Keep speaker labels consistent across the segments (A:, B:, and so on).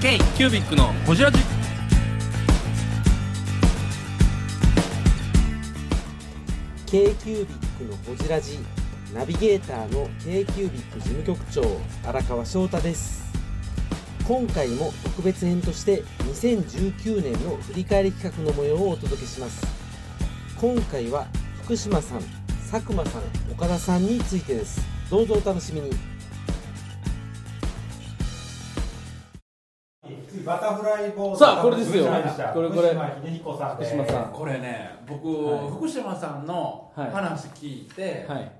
A: K キュービックのホジラジ
B: 京急ビックのホジラジナビゲーターの京急ビック事務局長荒川翔太です今回も特別編として2019年の振り返り企画の模様をお届けします今回は福島さん佐久間さん岡田さんについてですどうぞお楽しみに
C: 次バタフライボード
A: さあこれですよ
C: 藤島さん
A: これこれ
C: 藤島秀彦さんです
A: 福島さん
D: これね僕、
A: はい
D: 福島さんの話聞いて、
A: はい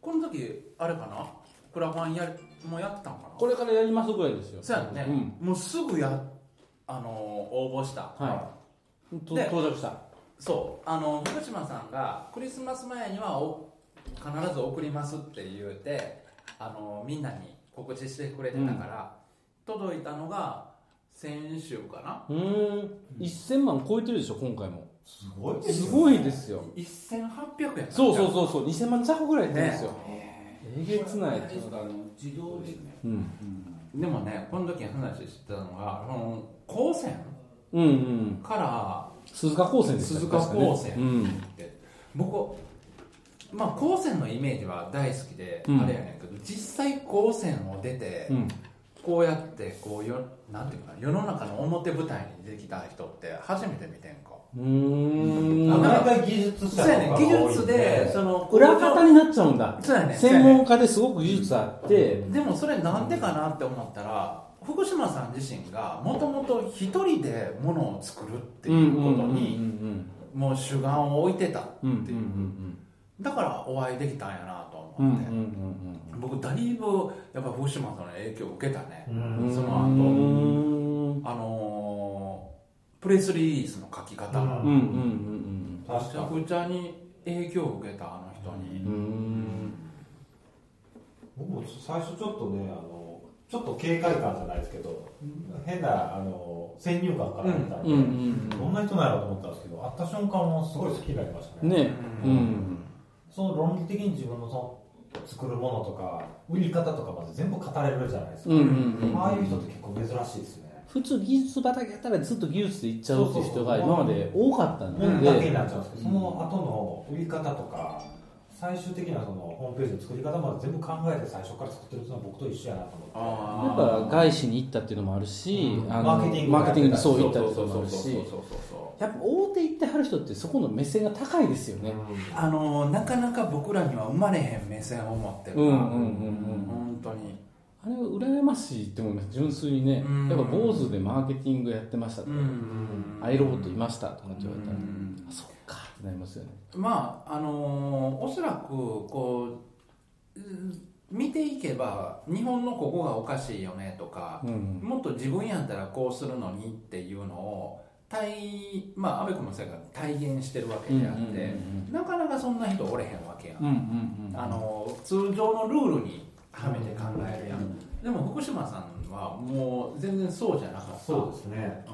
D: この時あれかなクラファンやりもやってたんかな
A: これからやりますぐらいですよ
D: そうやんね、
A: うん
D: もうすぐやあのー応募した
A: はいと
D: で
A: 到着した
D: そうあの福島さんがクリスマス前にはお必ず送りますって言うてあのみんなに告知してくれてたから、届いたのが先週かな
A: うーん1000万超えてるでしょ今回も
C: すごいです
A: す
C: よ
A: ごいですよ
D: 1800円かな
A: そうそうそうそう2000万弱ぐらい出るんですよ
D: ね
A: えげつない
D: ですからあの自動で
A: うん
D: でもね、この時に話してたのが、その高専
A: うんうん
D: か
A: 鈴鹿高専でした
D: 鈴鹿
A: 確
D: 高専
A: かね
D: ら、僕、まあ、高専のイメージは大好きで、
A: うん
D: あれやねんけど、実際高専を出て、
A: うんうん
D: こうやってこうよ、なんていうかな、世の中の表舞台に出てきた人って初めて見てんか。
A: うーん
C: なかなか技術者
D: そうやね
C: とかが多いん
D: 技術で、その、
A: 裏方になっちゃうんだ
D: そうやね
A: 専門家ですごく技術あって
D: でもそれなんでかなって思ったら福島さん自身がもともと一人でものを作るっていうことに
A: ん
D: もう主眼を置いてた
A: うんうんうん
D: っていうだからお会いできたんやなと
A: うんうんうんうんうん
D: 思って、僕だいぶやっぱ福島さんの影響を受けたね、
C: うん
A: うんうん
D: その後あのープレスリリースの書き方、
C: うん
A: うんうんうん
D: めちゃ
C: 確か
D: くちゃに影響を受けたあの人に、
A: うんうん
C: 僕も最初ちょっとねあのちょっと警戒感じゃないですけど変なあの先入観から見たんで、
A: うんうん
C: どんな人なんやろうと思ったんですけど会った瞬間もすごい好きになりました
A: うん
C: ね
A: ねうん
C: その論理的に自分のその作るものとか売り方とかまで全部語れるじゃないですか、
A: うんうんうん
C: ああいう人って結構珍しいですね
A: 普通技術畑やったらずっと技術でいっちゃうっていう人が今まで多かった
C: も
A: ん
C: のだけに
A: で
C: なっちゃうんですけど、その後の売り方とか、最終的なそのホームページの作り方まで全部考えて最初から作ってるっていうのは僕と一緒やなと思っ
A: や
C: て。
D: あ
A: っぱ外資に行ったっていうのもあるし
C: うん
A: あの
C: マーケティング
A: マーケティングにそう行
D: 行
A: っ
D: ったた
A: って
D: そ
A: いううの
D: そう
A: もある
D: そうそう
A: し
D: そうそう
A: やっぱ大手行ってはる人ってそこの目線が高いですよね
D: あのなかなか僕らには生まれへん目線を持ってる
A: うん
D: な、
A: うんうんうん
D: 本当に
A: あれは羨ましいって思います純粋にね
D: うん
A: やっぱ坊主でマーケティングやってましたとか
D: ん
A: アイロボットいましたとかって言われたら、
D: うん
A: あそっかってなりますよね。
D: まああのーおそらくこううん見ていけば日本のここがおかしいよねとか
A: う、ん、
D: もっと自分やったらこうするのにっていうのを体まあ安倍君もそうやから体現してるわけであって、
A: うんうんうん
D: なかなかそんな人おれへんわけやん、
A: うんうんうん、
D: あの通常のルールにはめて考えるやん、でも福島さんはもう全然そうじゃなかった
C: そうですね。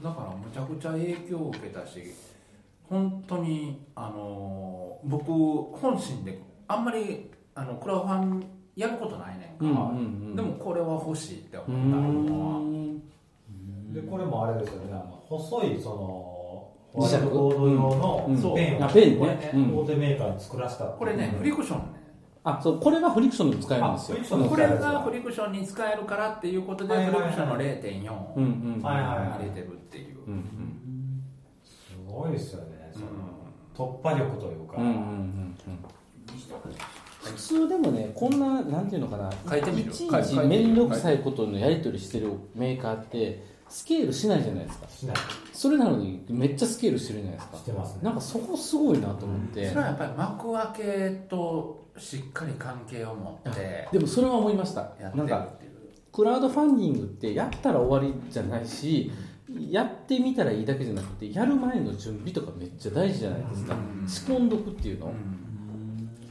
D: うんだからむちゃくちゃ影響を受けたし本当にあの僕本心であんまりあのクラファンやることないねんか、
A: うんうんうん、
D: でもこれは欲しいって
A: うー
D: 思ったのは
A: ん、
C: で、これもあれですよね、あの細いその、ホワ
A: 磁
C: イ
A: 石
C: トボード
A: うん
C: 用のペン
A: あ
C: を、
A: ペンね
C: これ
A: うん
C: 大手メーカーに作らせたっていう
D: これね、フリクションね
A: あそうこれはフリクションでも使えるんですよ
C: あフリク。ションで
D: こ
C: も
D: れがフリクションに使えるからっていうことで
C: はいはい
D: フ
C: はい
D: リクションの0.4
A: うんうん
C: はいはい
D: 入れてるっていう、
A: うんうん
C: すごいですよね、その突破力というか、
A: うんうんうんうん普通でもね、こんな、なんていうのかな、
D: 書いてみる
A: いちい
D: 書い
A: ち
D: 書いてみ
A: 面
D: る
A: 倒くさいことのやり取りしてるメーカーって、スケールしないじゃないですか、
C: しない、
A: それなのにめっちゃスケールしてるじゃないですか
C: し、てますね。
A: なんかそこすごいなと思って、
D: それはやっぱり幕開けとしっかり関係を持って
A: でもそれは思いました
D: やっ、て
A: な
D: る
A: んか
D: っていう
A: クラウドファンディングってやったら終わりじゃないしやってみたらいいだけじゃなくてやる前の準備とかめっちゃ大事じゃないですか
D: うん
A: 仕込んどくっていう
D: う
A: の
D: ん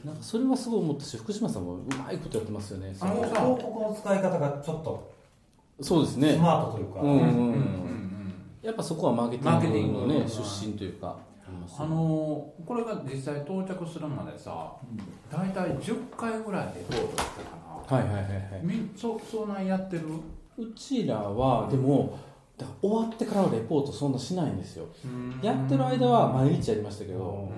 A: なんかそれはすごい思ったし福島さんもうまいことやってますよねそ
D: あ
A: の
D: の
C: 広告の使い方がちょっと
A: そうです
C: ス
A: ね
C: マートというか、
A: うんう
D: うんんう
A: うん
D: うんん
A: やっぱそこはマーケティングの
D: マー
A: ね
D: ケティングの
A: 出身というかあります
D: あ
A: よね
D: のーこれが実際到着するまでさ大体10回ぐらいレポートしてたかな
A: はいはいはいはい
D: みそそうなんやってる
A: うちらはでもだから終わってからはレポートそんなしないんですよやってる間は毎日やりましたけど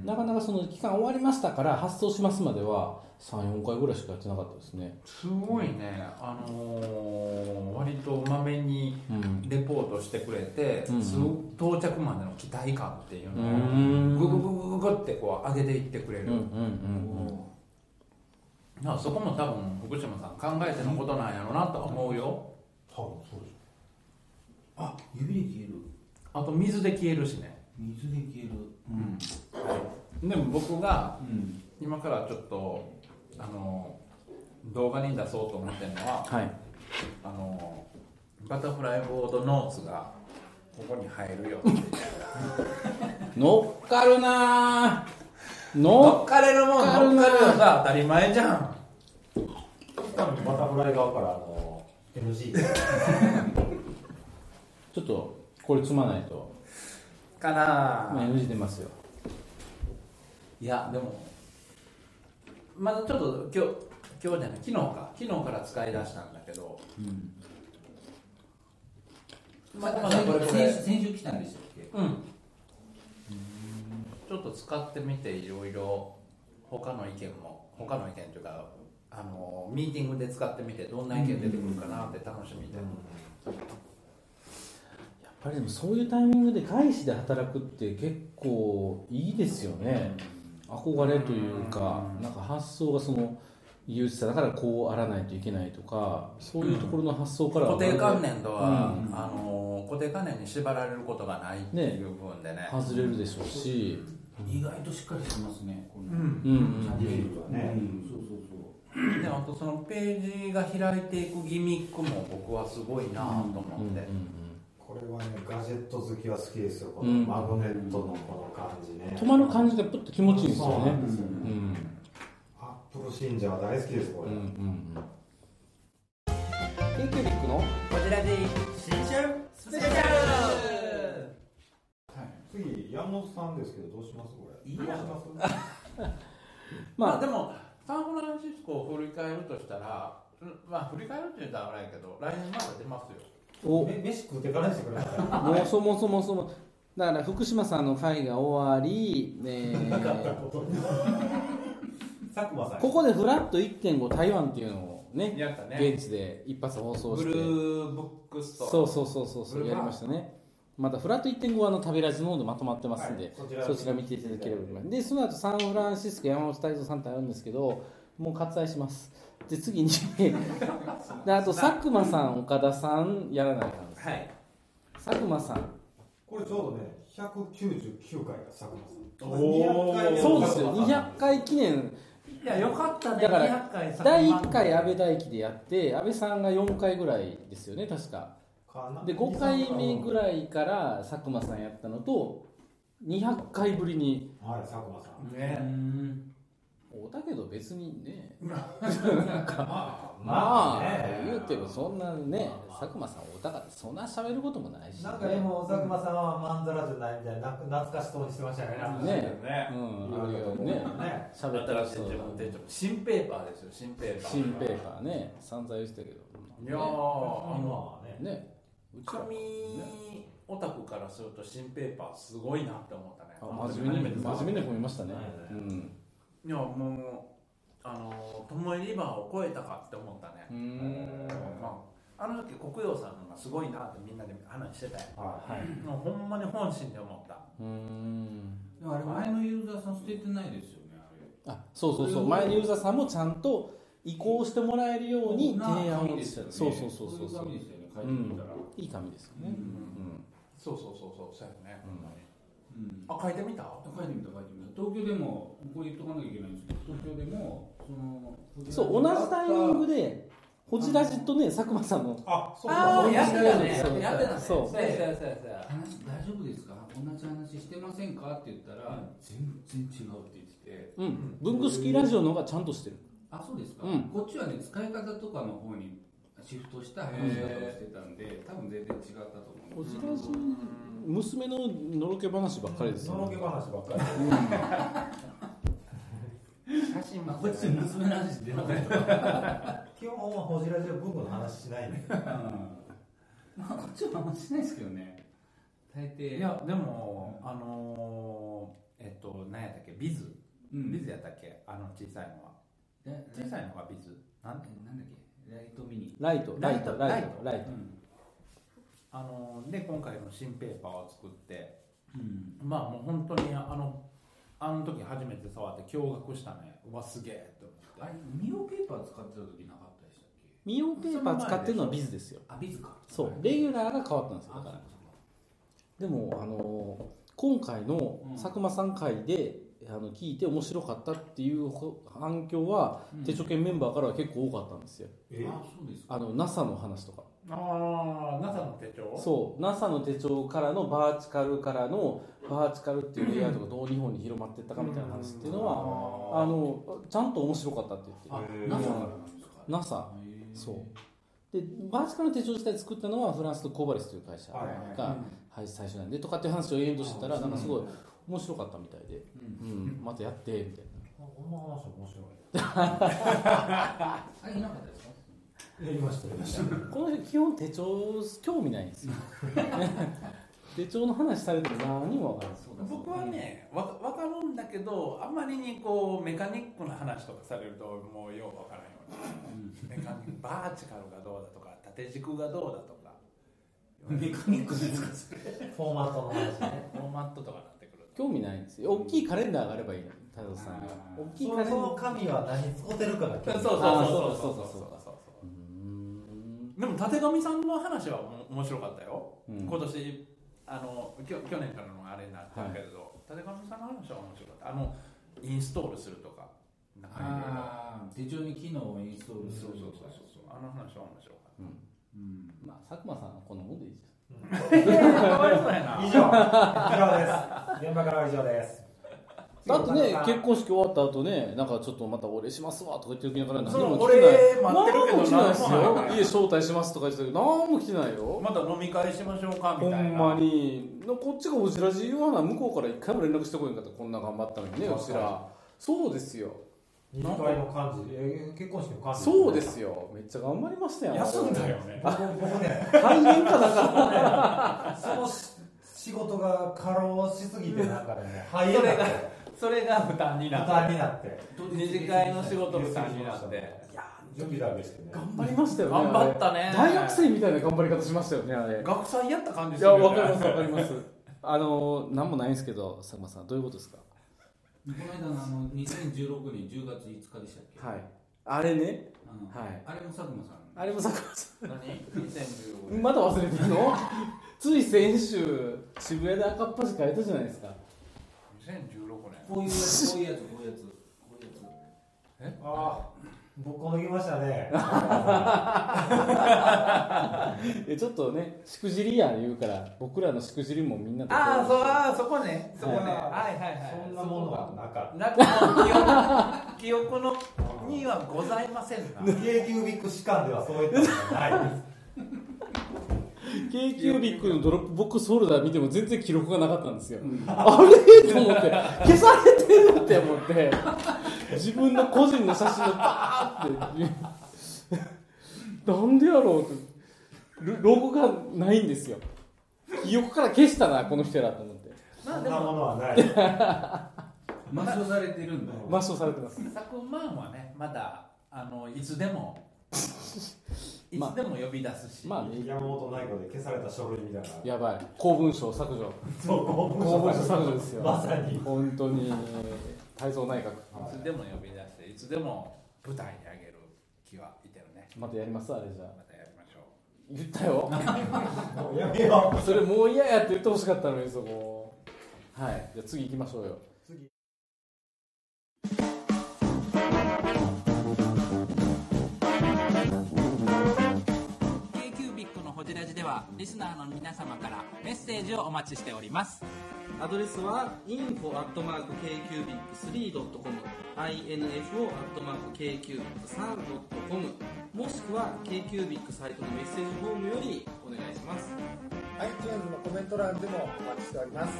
D: うん
A: なかなかその期間終わりましたから発送しますまでは34回ぐらいしかやってなかったですね
D: すごいね、あのー割とまめに
A: うん
D: レポートしてくれて、
A: うん
D: す到着までの期待感っていう
A: う
D: のを
A: ん
D: ググググググってこう上げていってくれ
A: う
D: る、
A: んうんうんうん
D: だからそこも多分福島さん考えてのことなんやろうなとは思うよ
C: 多分そうでし
E: あ指で消える
D: あと水で消えるしね、
E: 水で消える
D: でも僕が
E: うん
D: 今からちょっとあのー動画に出そうと思ってるのは
A: はい
D: あのーバタフライボードノーツがここに入るよっていう
A: 乗っかるなー乗っ
D: っかれるも
A: ん乗っかるの
D: が当たり前じゃん
C: ょ多分バタフライ側からあの NG
A: ちょっとこれ積まないと
D: かな、
A: まあ NG 出ますよ
D: いやでもまだちょっと今日今日じゃない昨日か昨日から使い出したんだけど
E: うん
D: まだまだこれこれ
E: 先先週来たんでしたっけ
D: うんちょっと使ってみていろいろ他の意見も他の意見というかあのミーティングで使ってみてどんな意見出てくるかなって楽しみで、
A: やっぱりでもそういうタイミングで外資で働くって結構いいですよね憧れというかなんか発想がその憂鬱さだからこうあらないといけないとかそういうところの発想からは
D: 固定観念とは、
A: う
D: あの固定観念に縛られることがないっていう部分でね
A: 外れるでしょうし
E: 意外としっかりしてますねこの
A: う
D: うん
A: んう
E: チャ
A: ん
E: ンネ
C: う
E: ル
C: ん
E: はねうんそうそうそう
D: であとそのページが開いていくギミックも僕はすごいなと
A: うんう
D: 思っ
A: ん
D: て、
C: これはねガジェット好きは好きですよこ
A: う
C: の
A: ん
C: マグネットのこの感じね
A: うん止まる感じがプッと気持ちいいんです
C: そ
A: よ
C: うなん
A: ね
C: ですよ
A: う
C: ね
A: ん
C: アップル信者は大好きですこ
A: うんう
C: れ、
A: んうん
B: ケイキュービックの
D: こちらで新春スペシャル
C: 次山本さんですけどどうしますこれ
E: いい
C: ど
E: や
C: うします
D: まあでもサンフランシスコを振り返るとしたらうんまあ振り返るって言ったらあれやけど来年まだ出ますよ
A: お
C: め飯食うてからにしてください
A: もうそもそもそもだから福島さんの会が終わり、えー
C: 佐久間さん
A: ここでフラット1.5台湾っていうのをね
D: やったね
A: 現地で一発放送
D: ブ
A: し
D: ル
A: て
D: ーブックストア
A: そうそうそうそうそ
D: ブ
A: う
D: ルー
A: や
D: バー
A: りましたねまたフラット1.5はあの食べラジの方でまとまってますん
C: は
A: で
C: い、そちら
A: そちら見ていただければと思いますでその後サンフランシスコ山本泰造さんってあるんですけどもう割愛しますで 次にであと佐久間さん岡田さんやらないかんです
D: はい
A: 佐久間さん
C: これちょうどね199回が佐久間さん200
D: おー
C: 回目の
A: そうですよ
C: 佐久間さん
A: 200回記念
D: いやよかったね
A: だから
D: 200回さ
A: 第1回安倍大輝でやって安倍さんが4回ぐらいですよね確か
C: かな
A: で5回目ぐらいから佐久間さんやったのと200回ぶりに
C: はい佐久間さん
D: ね
A: おだけど別にね
C: まあ
A: まあ
C: ね
A: 言うてもそんなね佐久間さんおだからそんな喋ることもないし
C: なんかでも佐久間さんはまんざらじゃないみたいななんか懐かしそうにしてましたよねなんか
A: ね
D: ね
A: うんあるよね
C: ね
A: 喋ったらそう
D: 新ペーパーですよ新ペーパー
A: 新ペーパーね散々言ってたけど
D: いやーあの
C: まあね
A: ねうちら
D: 紙オタクからすると新ペーパーすごいなって思ったね
A: あ真面目に真面目に褒めましたね
C: はいはい
A: うん
D: いやもうあのトモエリバーを越えたかって思ったね
A: うーん
D: まあ、あの時国陽さんがすごいなってみんなで話してたよ
C: はい
D: もうほんまに本心で思った
A: うーん
E: でもあれ前のユーザーさん捨ててないですよねあれ
A: あそうそうそう前のユーザーさんもちゃんと移行してもらえるように提案を
E: ですよね
A: そうそうそうそう
E: そういう紙ですよね書いてみたら
A: いい紙ですよねうん
D: そうそうそうそうそうやね、
E: うん
D: あ書いてみた
E: 書いてみた書いてみた東京でもここで言っとかなきゃいけないんですけど東京でもその
A: そう同じタイミングでホジラジとね佐久間さんの
C: あそうか
D: ああやってたね
A: そう
D: やってたね
A: そう
D: そうやそうやそうやそうや
E: 話大丈夫ですか同じ話してませんかって言ったら、全然違うって言ってて
A: うん文具式ラジオの方がちゃんとしてる
E: あそうですか、
A: うん
E: こっちはね使い方とかの方にシフトした話し方をしてたんで多分全然違ったと思
A: ホ
E: う
A: ジラジ娘ののろけ話ばっかりです
C: の
A: よ
C: ろけ話ばっかり
E: 最
D: 写真
E: ま
D: も
E: あこっちに娘の話出なかったから
C: 基本はホジラジは文具の話しないんで
E: うんまあこっちはあんましないですけどね大抵
D: いやでもあのー、えっと何やったっけビズ、
E: うん
D: ビズやったっけあの小さいのは
E: で
D: 小さいのがビズなん
E: なんだっけライトミニ
A: ライトライトライトライ
E: う
A: ト
E: ん
D: あのーで今回の新ペーパーを作って
E: うん
D: まあもう本当にあのあの時初めて触って驚愕したねうわすげえと
E: あ
D: 思って
E: れミオペーパー使ってた時なかったでしたっけ
A: ミオンペーパー使ってるのはビズですよ
E: あビズか
A: そうレギュラーが変わったんですよだ
E: あ
A: か
E: そ
A: ら
E: うか
A: で
E: そ
A: もあの今回の
E: うん
A: 佐久間さん会で、あの聞いて面白かったっていうほ反響は、
E: うん
A: 手帳研メンバーからは結構多かったんですよ
C: え
E: うかあそうですか
A: あの NASA の話とか
D: ああ NASA の手帳
A: そう NASA の手帳からのバーチカルからのバーチカルっていうレイアウトがどう日本に広まっていったかみたいな話っていうのはあ
D: は
A: のちゃんと面白かったって言っ
E: あ
A: て
C: へー
E: NASA からなんですか
A: NASA
E: へー
A: そうでバーチカルの手帳自体作ったのはフランスのコバレスという会社が、
C: はいはい
A: はい最初なんでとかっていう話を延々としてたらなんかすごい面白かったみたいで、
E: うん
A: うん、またやってみたいな
C: あこの話面白
E: あいなかったですか
C: いやりましたやりました
A: この人基本手帳興味ないんです よ手帳の話されても何もわからないです
E: そうだそうだ
D: 僕はねわ分かるんだけどあんまりにこうメカニックな話とかされるともうよう分からんようにメカニックバーチカルがどうだとか縦軸がどうだとか
E: メカニックですかそれ
C: フォーマットの話ね
D: フォーマットとかなってくると
A: 興味ないんですよ大きいカレンダーがあればいいの太蔵さんには
E: あー
A: 大きいカ
C: そ
A: レン
C: の
A: ダ
C: その
A: ー
C: 紙は何使ってるかが
D: そうそう
A: あー
D: そうそうそうそう
A: そうか
D: そう
A: うーん
D: でもたてがみさんの話はおも面白かったよ、
A: うん
D: 今年あのきょ去年からのあれになってるけれど、たてがみさんの話は面白かったあのインストールするとかなんかいろいろ
E: ああ手帳に機能をインストールす
D: そう
E: る
D: そうそう
E: と
D: そうそ
E: か
D: うあの話は面白かっ
E: うん
A: まあ佐久間さんはこんなもんでいいです
D: たかわいそうやな
C: 以上以上です現場からは以上です
A: だって
C: 次
A: ね
C: 岡田さん
A: 結婚式終わった後ねなんかちょっとまたお礼しますわとか言ってる時ながら何
D: その
A: も
D: お
A: 来てない
D: 礼待ってる
A: 何も来
D: けど
A: てないです
D: 何もない
A: よ家招待しますとか言ってたけど何も来てないよ
D: また飲み会しましょうか
A: ほ
D: みたい
A: ん
D: な
A: まになこっちがおじらじ言わな向こうから一回も連絡してこいんかったこんな頑張ったのにね
C: そううそう
A: ちらそうですよ
C: 二次会の感じえ結婚式の感じ
A: そうですよめっちゃ頑張りましたよ
D: 休んだよね
C: 僕僕ね
A: 大変かだから
C: そのし仕事が過労しすぎてなんかね肺炎
D: それ
C: にな
D: が
C: って
D: それが負担にな
C: 負
D: った
C: 担になって
D: 二次会の仕事負担になって
C: いや準備だけしてね
A: 頑張りましたよね
D: 頑張ったね
A: あれ大学生みたいな頑張り方しましたよねあれ
D: 学祭やった感じ
A: い
D: す
A: や
D: るよ
A: わ
D: ね
A: かりますわかりますあの何もないんですけど佐久間さんどういうことですか
E: この間のあの2016年10月5日でしたっけ、
A: はいあれね
E: あの
A: はい
E: あれも佐久間さん
A: あれも佐久間さ
D: 何2015
A: んまだ忘れてるの つい先週渋谷で赤っ端変えたじゃないですか
D: 2016年
E: こういうやつこういうやつこういうやつこういうや
C: ああ僕このきましたね
A: えちょっとねしくじりや言うから僕らのしくじりもみんなで
D: ああそうあーそこねそこね
C: はい
D: はいはいはい
C: そんなものがなかっ
D: なんかもう記憶記憶のにはございません な
C: た k キュービック士官ではそういったものがないです
A: k q ビックのドロップボックスフォルダー見ても全然記録がなかったんですよ、あれと思って消されてるって思って自分の個人の写真をバーってなんでやろうってロロゴがないんですよ記憶から消したなこの人らと思って
D: ま
C: そ
D: あ
C: ん
D: で
C: な
D: も
C: ものはないです
E: つ抹消されてるんだ
A: 抹消されてます
D: 昨晩はねまだあのいつでも い
A: まあ
D: つでも呼び出すし、
A: まあね
C: 山本内閣で消された書類みたいな
A: やばい公文書削除
C: そう公
A: 公文
C: 文
A: 書
C: 書
A: 削除ですよ
C: まさに
A: 本当に太蔵内閣
D: いつでも呼び出していつでも舞台にあげる気はいてるね
A: またやりますあれじゃあ
D: またやりましょう
A: 言ったよ
C: もうやめよう
A: それもう嫌やって言ってほしかったのにそこはいじゃあ次行きましょうよ
C: 次
F: ケイキュービックのホジラジではリスナーの皆様からメッセージをお待ちしております。
B: アドレスは info.kcubic3.com info.kcubic3.com もしくは KQBIC サイトのメッセージフォームよりお願いします
G: iTunes のコメント欄でもお待ちしております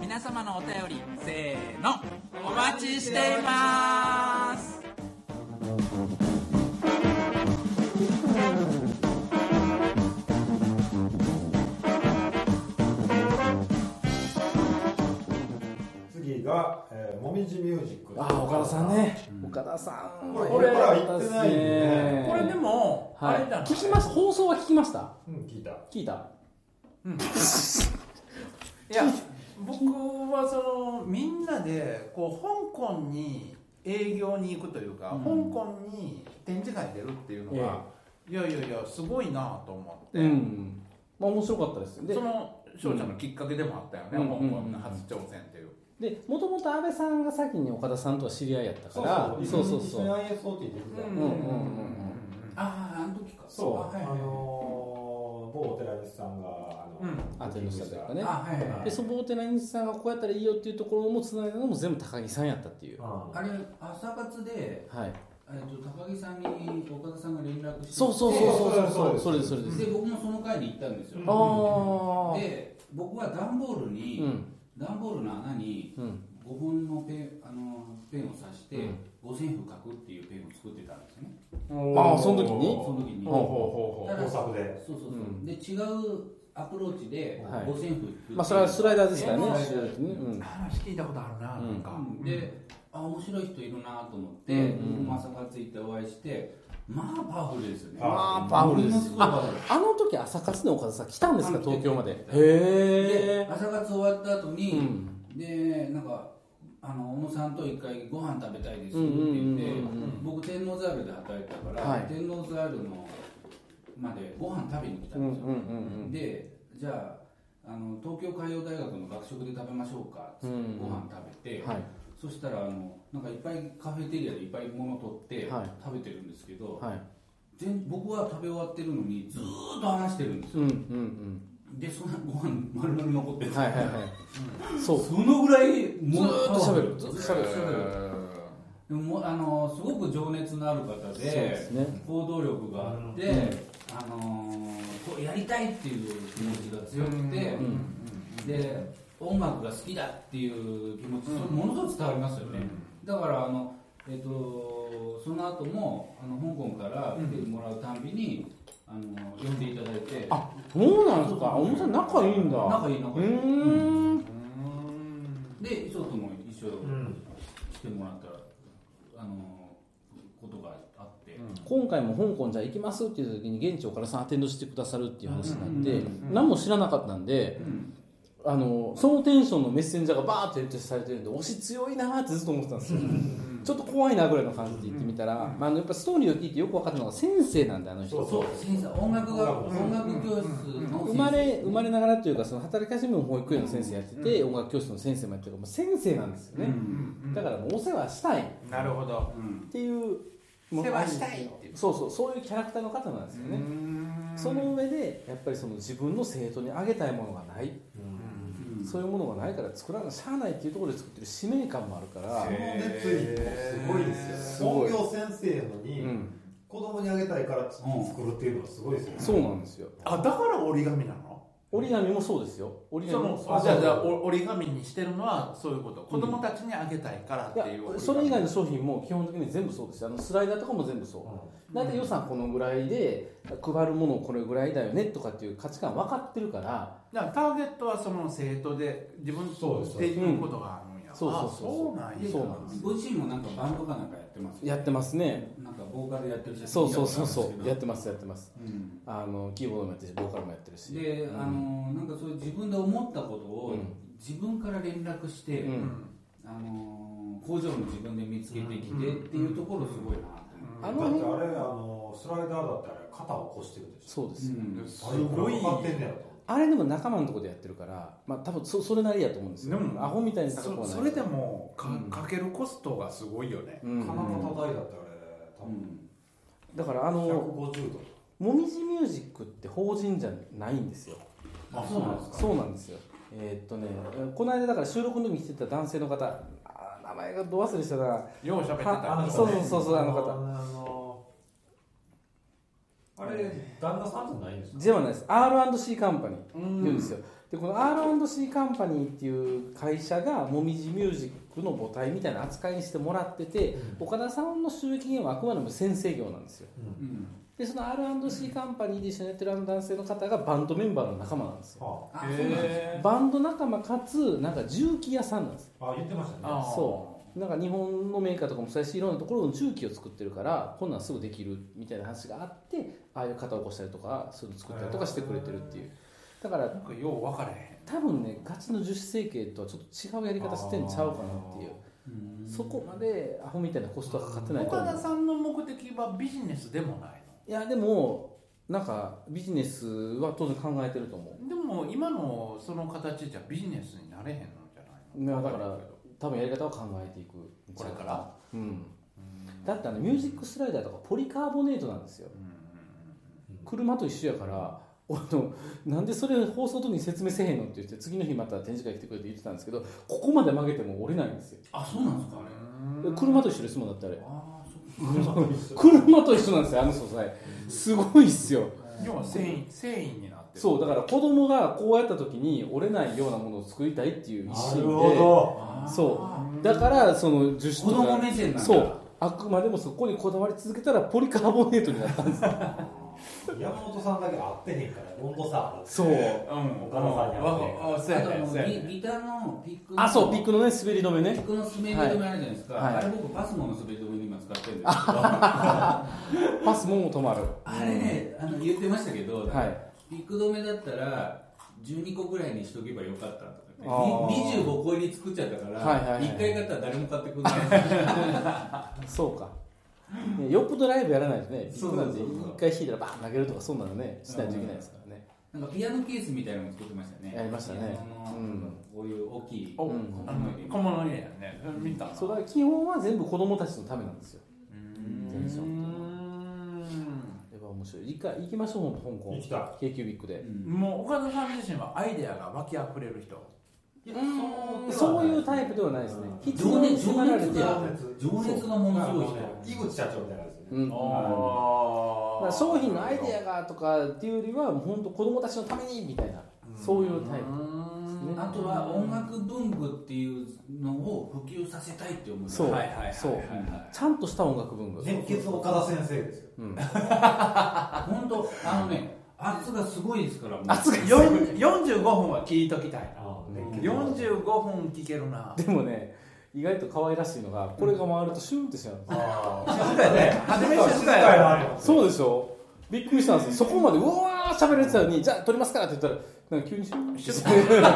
F: 皆様のお便り、せーの、お待ちしています
C: ンジミュージック
A: ああ岡田さんね、岡田さん
C: これは行ってないよね
D: これでも、
A: はい
D: あれじゃない
A: 聞きました放送は聞きました
C: うん聞いた
A: 聞いた
D: いや僕はそのみんなでこう香港に営業に行くというか、香港に展示会出るっていうのが、いやいやいやすごいなと思って、
A: うんまあ面白かったですで
D: その翔ちゃんのきっかけでもあったよね、
A: うん
D: 香港の初挑戦っていう、
A: でもともと安倍さんが先に岡田さんとは知り合いやったからそうそう
C: 一
A: そ
C: 緒に
A: う
C: ISOT 出てたよ
A: うんうんうん
E: あああの時か
C: そう、
E: あはい
C: あのー、某寺西さんが、あの
D: うん
A: アテンドしたというかね
E: あはいはい
A: でそぼうてな西さんがこうやったらいいよっていうところもつないだのも全部高木さんやったっていうは
E: あれ朝活で、
A: い
E: えっと高木さんに岡田さんが連絡して
A: そうそうそうそうそうそうそ
C: そ
A: れ
C: れ
A: ですそれです
E: で僕もその会に行ったんですよ、
A: ああ
E: で僕は段ボールに、
A: うん
E: 段ボールの穴に
A: うん
E: 5本のペンあのペンを刺して、
A: うん
E: 五線譜書くっていうペンを作ってたんですよね
A: ああその時
E: そ
A: に
E: の時に
A: ほうほ
E: うほう
C: 工作で
E: そうそうそう、
A: うん
E: で違うアプローチで
A: はい
E: 五線譜っていう
A: まあそれはスライダーですからね
E: そ
A: ス
E: う
A: ライダーうん
D: 話聞いたことあるな、なんか、
E: うん
D: で
E: で、あ面白い人いるなと思って、
A: うん
E: 僕も朝活行ってお会いしてまあパワフルですよね
A: まあパワフルです
E: ものごいパワフル
A: あの時朝活の岡田さん来たんですか
E: あの
A: 東京までへ
E: で
A: え
E: 朝活終わった後に、
A: うん
E: でなんかあの小野さんと一回ご飯食べたいです
A: う
E: って
A: んうん
E: 言っ
A: う
E: て
A: んうん
E: 僕天王ザールで働いてたから、
A: はい
E: 天王ザールのまでご飯食べに来た
A: うんうんん
E: ですよ、
A: うんうん
E: でじゃああの東京海洋大学の学食で食べましょうかっつって
A: うん
E: ご飯食べて、
A: はい
E: そしたらあのなんかいっぱいカフェテリアでいっぱい物取って
A: はい
E: 食べてるんですけど、
A: はい
E: 全僕は食べ終わってるのにずーっと話してるんですよ
A: うんうん
E: でそんなご飯丸々残って
A: う
E: る
A: んはいはいはいそう
E: そのぐらい
A: ず
E: もう
A: ーっと喋るずーっと
E: ずー
A: 喋
E: っ
A: る
E: と喋るでももうあのすごく情熱のある方
A: そうで
E: です
A: ね
E: 行動力があって、
A: うん
E: あのこうやりたいっていう気持ちが強くて、
A: うん
E: で音楽が好きだっていう気持ち、それものすごく伝わりますよね、だからあの、えっとその後もあの香港から来てもらうたんびに、あの呼んでいただいて
A: あそうなんですかおもさん仲いいんだ
E: 仲いい仲いいう
A: ーん
E: で翔とも一緒
C: ん
E: 来てもらったあのことがあって、
A: 今回も香港じゃあ行きますっていう時に現地岡田さんアテンドしてくださるっていう話になっ
E: うん
A: て何も知らなかったんであのそのテンションのメッセンジャーがバーって言ってされてるんで推し強いなーってずっと思ってたんですよちょっと怖いなぐらいの感じで行ってみたら、まあ、あのやっぱストーリーを聞いてよく分かったのが先生なんだよあの人
C: そうそう
E: 先生音楽が音楽教室の
A: 生まれ生まれながらというかその働き始めも保育園の先生やってて、音楽教室の先生もやってるからもう先生なんですよね、だからもうお世話したいっ
D: なるほど
A: ていう世
D: 世話したいっていう
A: そうそうそういうキャラクターの方なんですよねその上でやっぱりその自分の生徒にあげたいものがない、そういうものがないから作らなしゃあないっていうところで作ってる使命感もあるから
C: その熱意もすごいですよね本業先生やのに、
A: うん
C: 子供にあげたいから作るっていうのはすごいですよね、
A: そうなんですよ
D: あだから折り紙なの
A: 折り紙もそうですよ折り
D: そ
A: 紙
D: の
A: も
D: あじゃあじゃあお折り紙にしてるのはそういうこと子供たちにあげたいからって
A: いや
D: いう折り紙
A: それ以外の商品も基本的に全部そうですよあのスライダーとかも全部そう、大体予算このぐらいで配るものこれぐらいだよねとかっていう価値観分かってるから
D: だからターゲットはその生徒で自分
C: そうです
D: できることがあるんや、
A: うんそうそうそう
D: あそうなんや
A: そうなんです
E: ご自身もなんかバンドかなんかやってます
A: やってますね
E: なんかボーカルやってる写
A: そ
E: 真
A: うそうそう
E: 見たことあるんですけ
A: そ
E: ど
A: うやってますやってます
E: うん
A: あのキーボードもやってるしボーカルもやってるし
E: で、あのなんかそういう自分で思ったことを
A: うん
E: 自分から連絡して、
A: うん
E: あの工場も自分で見つけてきてっていうところすごいなって思
A: あの
C: だっ
A: 辺
C: てあれあのスライダーだってあれ肩を越してるでしょ
A: そうですよ、
E: って、うん
C: すごいかかってんねやろと
A: あれでも仲間のとこでやってるからまあ多分そそれなりやと思うんですよ
D: でも
A: アホみたいに高くは
D: そ
A: ない
D: それでもか
A: うん
D: かけるコストがすごいよね、
A: うん
C: 金の叩いだってあれ多
E: う
C: 分
E: ん
A: だからあの
C: 150度
A: もみじミュージックって法人じゃないんですよ
E: あそうなんですか
A: そうなんですよえーっとねこの間だから収録の時に来てた男性の方あー名前がど忘れしたな
D: よう喋ってた
A: あ
D: から
A: そうそうそうそうあの方
C: あのあれ旦那さんじゃないんですか
A: ではないです R&C カンパニーっていうんですよでこの R&C カンパニーっていう会社がもみじミュージックの母体みたいな扱いにしてもらってて岡田さんの収益源はあくまでも先生業なんですよ
E: うん
A: でその R&C カンパニーで一緒にやってるあの男性の方がバンドメンバーの仲間なんですよ
C: は
E: あそうなんです
A: バンド仲間かつなんか重機屋さんなんです
C: ああ言ってましたね
D: あー
A: そなんか日本のメーカーとかもそうやしいろんなところの重機を作ってるからこんなんすぐできるみたいな話があってああいう型を起こしたりとかそういうの作ったりとかしてくれてるっていうだから
D: なんかよう分かれへ
A: 多分ねガチの樹脂成形とはちょっと違うやり方してんちゃうかなっていうそこまでアホみたいなコストはかかってなんいと
D: 岡
A: 思
D: 田
A: う
D: さんの目的はビジネスでもない
A: いやでもなんかビジネスは当然考えてると思
D: のでも今のその形じゃビジネスになれへんのじゃ
A: い
D: ない
A: や
D: の
A: だから
D: わるけど
A: う多分やり方を考えていく
D: これから
A: うんだってあのミュージックスライダーとかポリカーボネートなんですよ車と一緒やから俺のなんでそれ放送とに説明せえへんのって言って次の日また展示会来てくれって言ってたんですけどここまで曲げても折れないんですよ
E: あそうなんですかあれ
A: 車と一緒ですもんだってあれ
E: ああそっか
A: 車と一緒なんですよあの素材すごいっすよ
D: 要は繊維繊維になってる
A: そうだから子供がこうやった時に折れないようなものを作りたいっていう一
C: な
A: 心
C: る
A: で
C: ほ
E: あー
A: そうだからその樹脂
E: 子
A: とか
E: 供目線なんだ
A: そうあくまでもそこにこだわり続けたらポリカーボネートになったんですよ
C: ど山本さんだけ合ってへんから温度差ある
A: そう
D: うん
C: 岡田さんに合ってへんから
D: あそう
E: あ
D: や
E: とあ
D: ね
E: の
D: そうやね
E: ギギターのピックの
A: あそうピックのね滑り止め
E: ピ
A: ね
E: ックの滑り止めあるじゃないですか、
A: はい
E: あれ僕パスモの滑り止めに今使ってるんですけどあ
A: パスもも止まる
E: れねあの言ってましたけど、
A: はい
E: ピック止めだったら12個ぐらいにしとけばよかったとかね
A: あー
E: に25個入り作っちゃったから、
A: はいはいはい
E: 1回買ったら誰も買ってくれない
A: そうか、ね、よっぽどライブやらないとねピ
E: そ
A: ッ
E: う
A: ク
E: そ
A: な
E: うんそう
A: て一回弾いたらバーン投げるとかそんなのねしないといけないですからね
E: なんかピアノケースみたいなのも作ってましたね
A: やりましたね
E: ピアノの
A: うん
E: こういう大きい
D: お
E: 小
A: うん
E: 物入れ
D: 小物入れやね見た
A: そうだから基本は全部子供たちのためなんですよテンションっていうのは
D: ン
A: やっぱ面白い一回行きましょう香港
C: 行きたい
A: k q ビックで
D: もう岡田さん自身はアイデアが湧きあふれる人
C: ど
A: そういうタイプではないですね必要
E: 情
A: に
E: 熱
A: 迫られて
E: 情熱が情熱がものすごい人
C: 井口社長みたいなやつね
A: うんだから商品のアイデアがとかっていうよりはもう本当子供たちのためにみたいなそういうタイプですね
E: あとは音楽文具っていうのを普及させたいって思います
A: そう
E: はい
A: そう
E: は
A: ちゃんとした音楽文具
C: 熱血岡田先生ですよ
A: うん
E: 本当あのね圧がすごいですからもう
A: 圧が
D: よん45分は聞いときたいな
C: 熱血岡田
D: 45分聞けるな
A: でもね意外と可愛らしいのがこれが回るとシュンってしまう
D: 静かやね初めて静かや
C: やね
A: そうでしょびっくりしたんですよそこまでうわー喋れてたのにじゃあ撮りますからって言ったらなんか急にシュンって
C: 桜井さ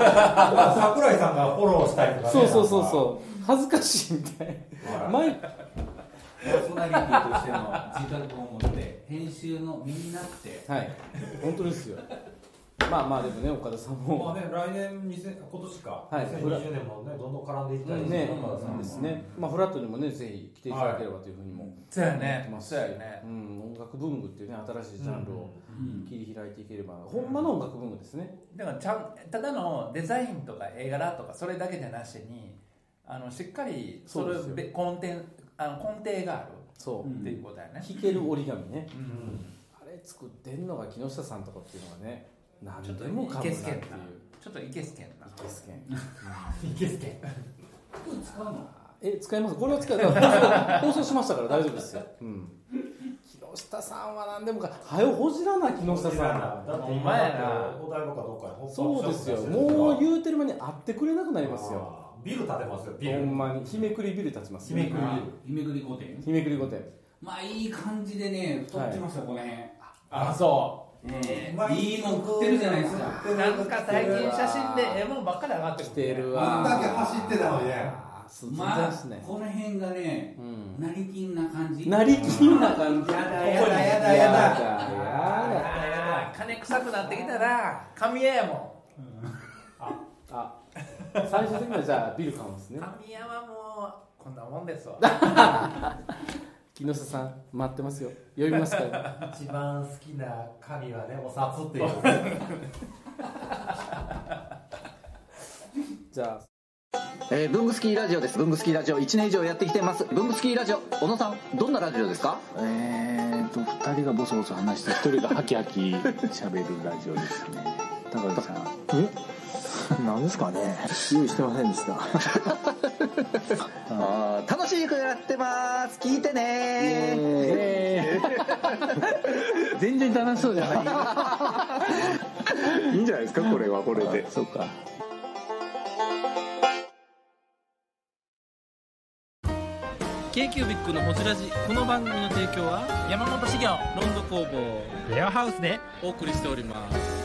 C: んがフォローしたりとかね
A: そうそうそうそう恥ずかしいみたいなマイク
E: パーソナリティとしての自覚を持って編集の身になって
A: はい本当ですよまあまあでもね岡田さんも
C: まあね、来年2000今年か、
A: はい
C: 2020年もねどんどん絡んでいきたいです
A: ね
C: 岡田さんも
A: ですね、まあ、フラットにもね、ぜひ来ていただければというふうにも
D: そうや
A: 思って
D: ね
A: ますし、
D: そうやね
A: うん、音楽文具っていうね、新しいジャンルを
E: うん
A: 切り開いていければ、ほんまの音楽文具ですね。
D: だからちゃんただのデザインとか絵柄とかそれだけじゃなしにあのしっかりそれ
A: そう
D: べ根底あの根底がある
A: そうう、
E: ん
D: っていうことやね、
A: 弾ける折り紙ね、
D: うん
A: あれ作ってんのが木下さんとかっていうのがね、何
D: ちょっと
A: でもかぶ
D: い
A: なっ
D: けす
A: て
D: け
A: いう
D: んな。ちょっといけすけんない
A: けすけん
D: いけすけん
E: 服に使うの
A: え、使いますこれは使います。放送しましたから大丈夫ですよ。うん。木下さんは何でもか、はよほじらな、木下さん。
C: だって
D: ほん
C: 今
D: まや
C: だ
D: な
C: ってお台場かどうかにホップアッ
A: そう
C: プ
A: で
C: し
A: す
C: たり
A: よ。
C: とか
A: もう言うてる間に会ってくれなくなりますよ。
C: あービル建てますよビ
A: ほ
C: ル
A: んまに日めくりビル立ちますよ
C: 日めくり
E: あ日めくり御殿
A: 日めくり御殿
E: まあいい感じでね太ってますよこの辺
D: あそ
E: え
C: うま
E: え
C: い
E: いいもん食ってるじゃないですか
D: うなんか最近写真で絵もんばっかり上がって
A: 来
D: く
A: て
D: ね
A: る
E: あ
A: わ
E: んだけ
C: 走ってたのにね
A: あーそう全
E: ま
A: 然
E: あ
A: しない
E: この辺がね
A: うん
E: 成金な感じ
A: なりきんな感じ
E: やだ
A: ここに
E: や
D: だやだ
A: やだ
D: 金臭くなってきたら紙屋やも
A: あ最終的にはじゃあビル買うんです
D: ん
A: ね
D: 紙屋はもうこんなもんですわ
A: 木下さん待ってますよ呼びますから
C: 一番好きな神はねお札っていう
A: じゃあ
H: えー、ブングスキーラジオです。ブングスキーラジオ1年以上やってきてます。ブングスキーラジオ、小野さん、どんなラジオですか
I: えーと2人がボソボソ話して1人がハキハキ喋るラジオですね高橋さんえなんですかね用意してませんで した
H: あー楽しくやってます。聞いてね
I: 全然楽しそうじゃないいいんじゃないですかこれはこれでそうか
A: k q b i c のホジラジこの番組の提供は山本資源ロンド工房
J: レアハウスで
A: お送りしております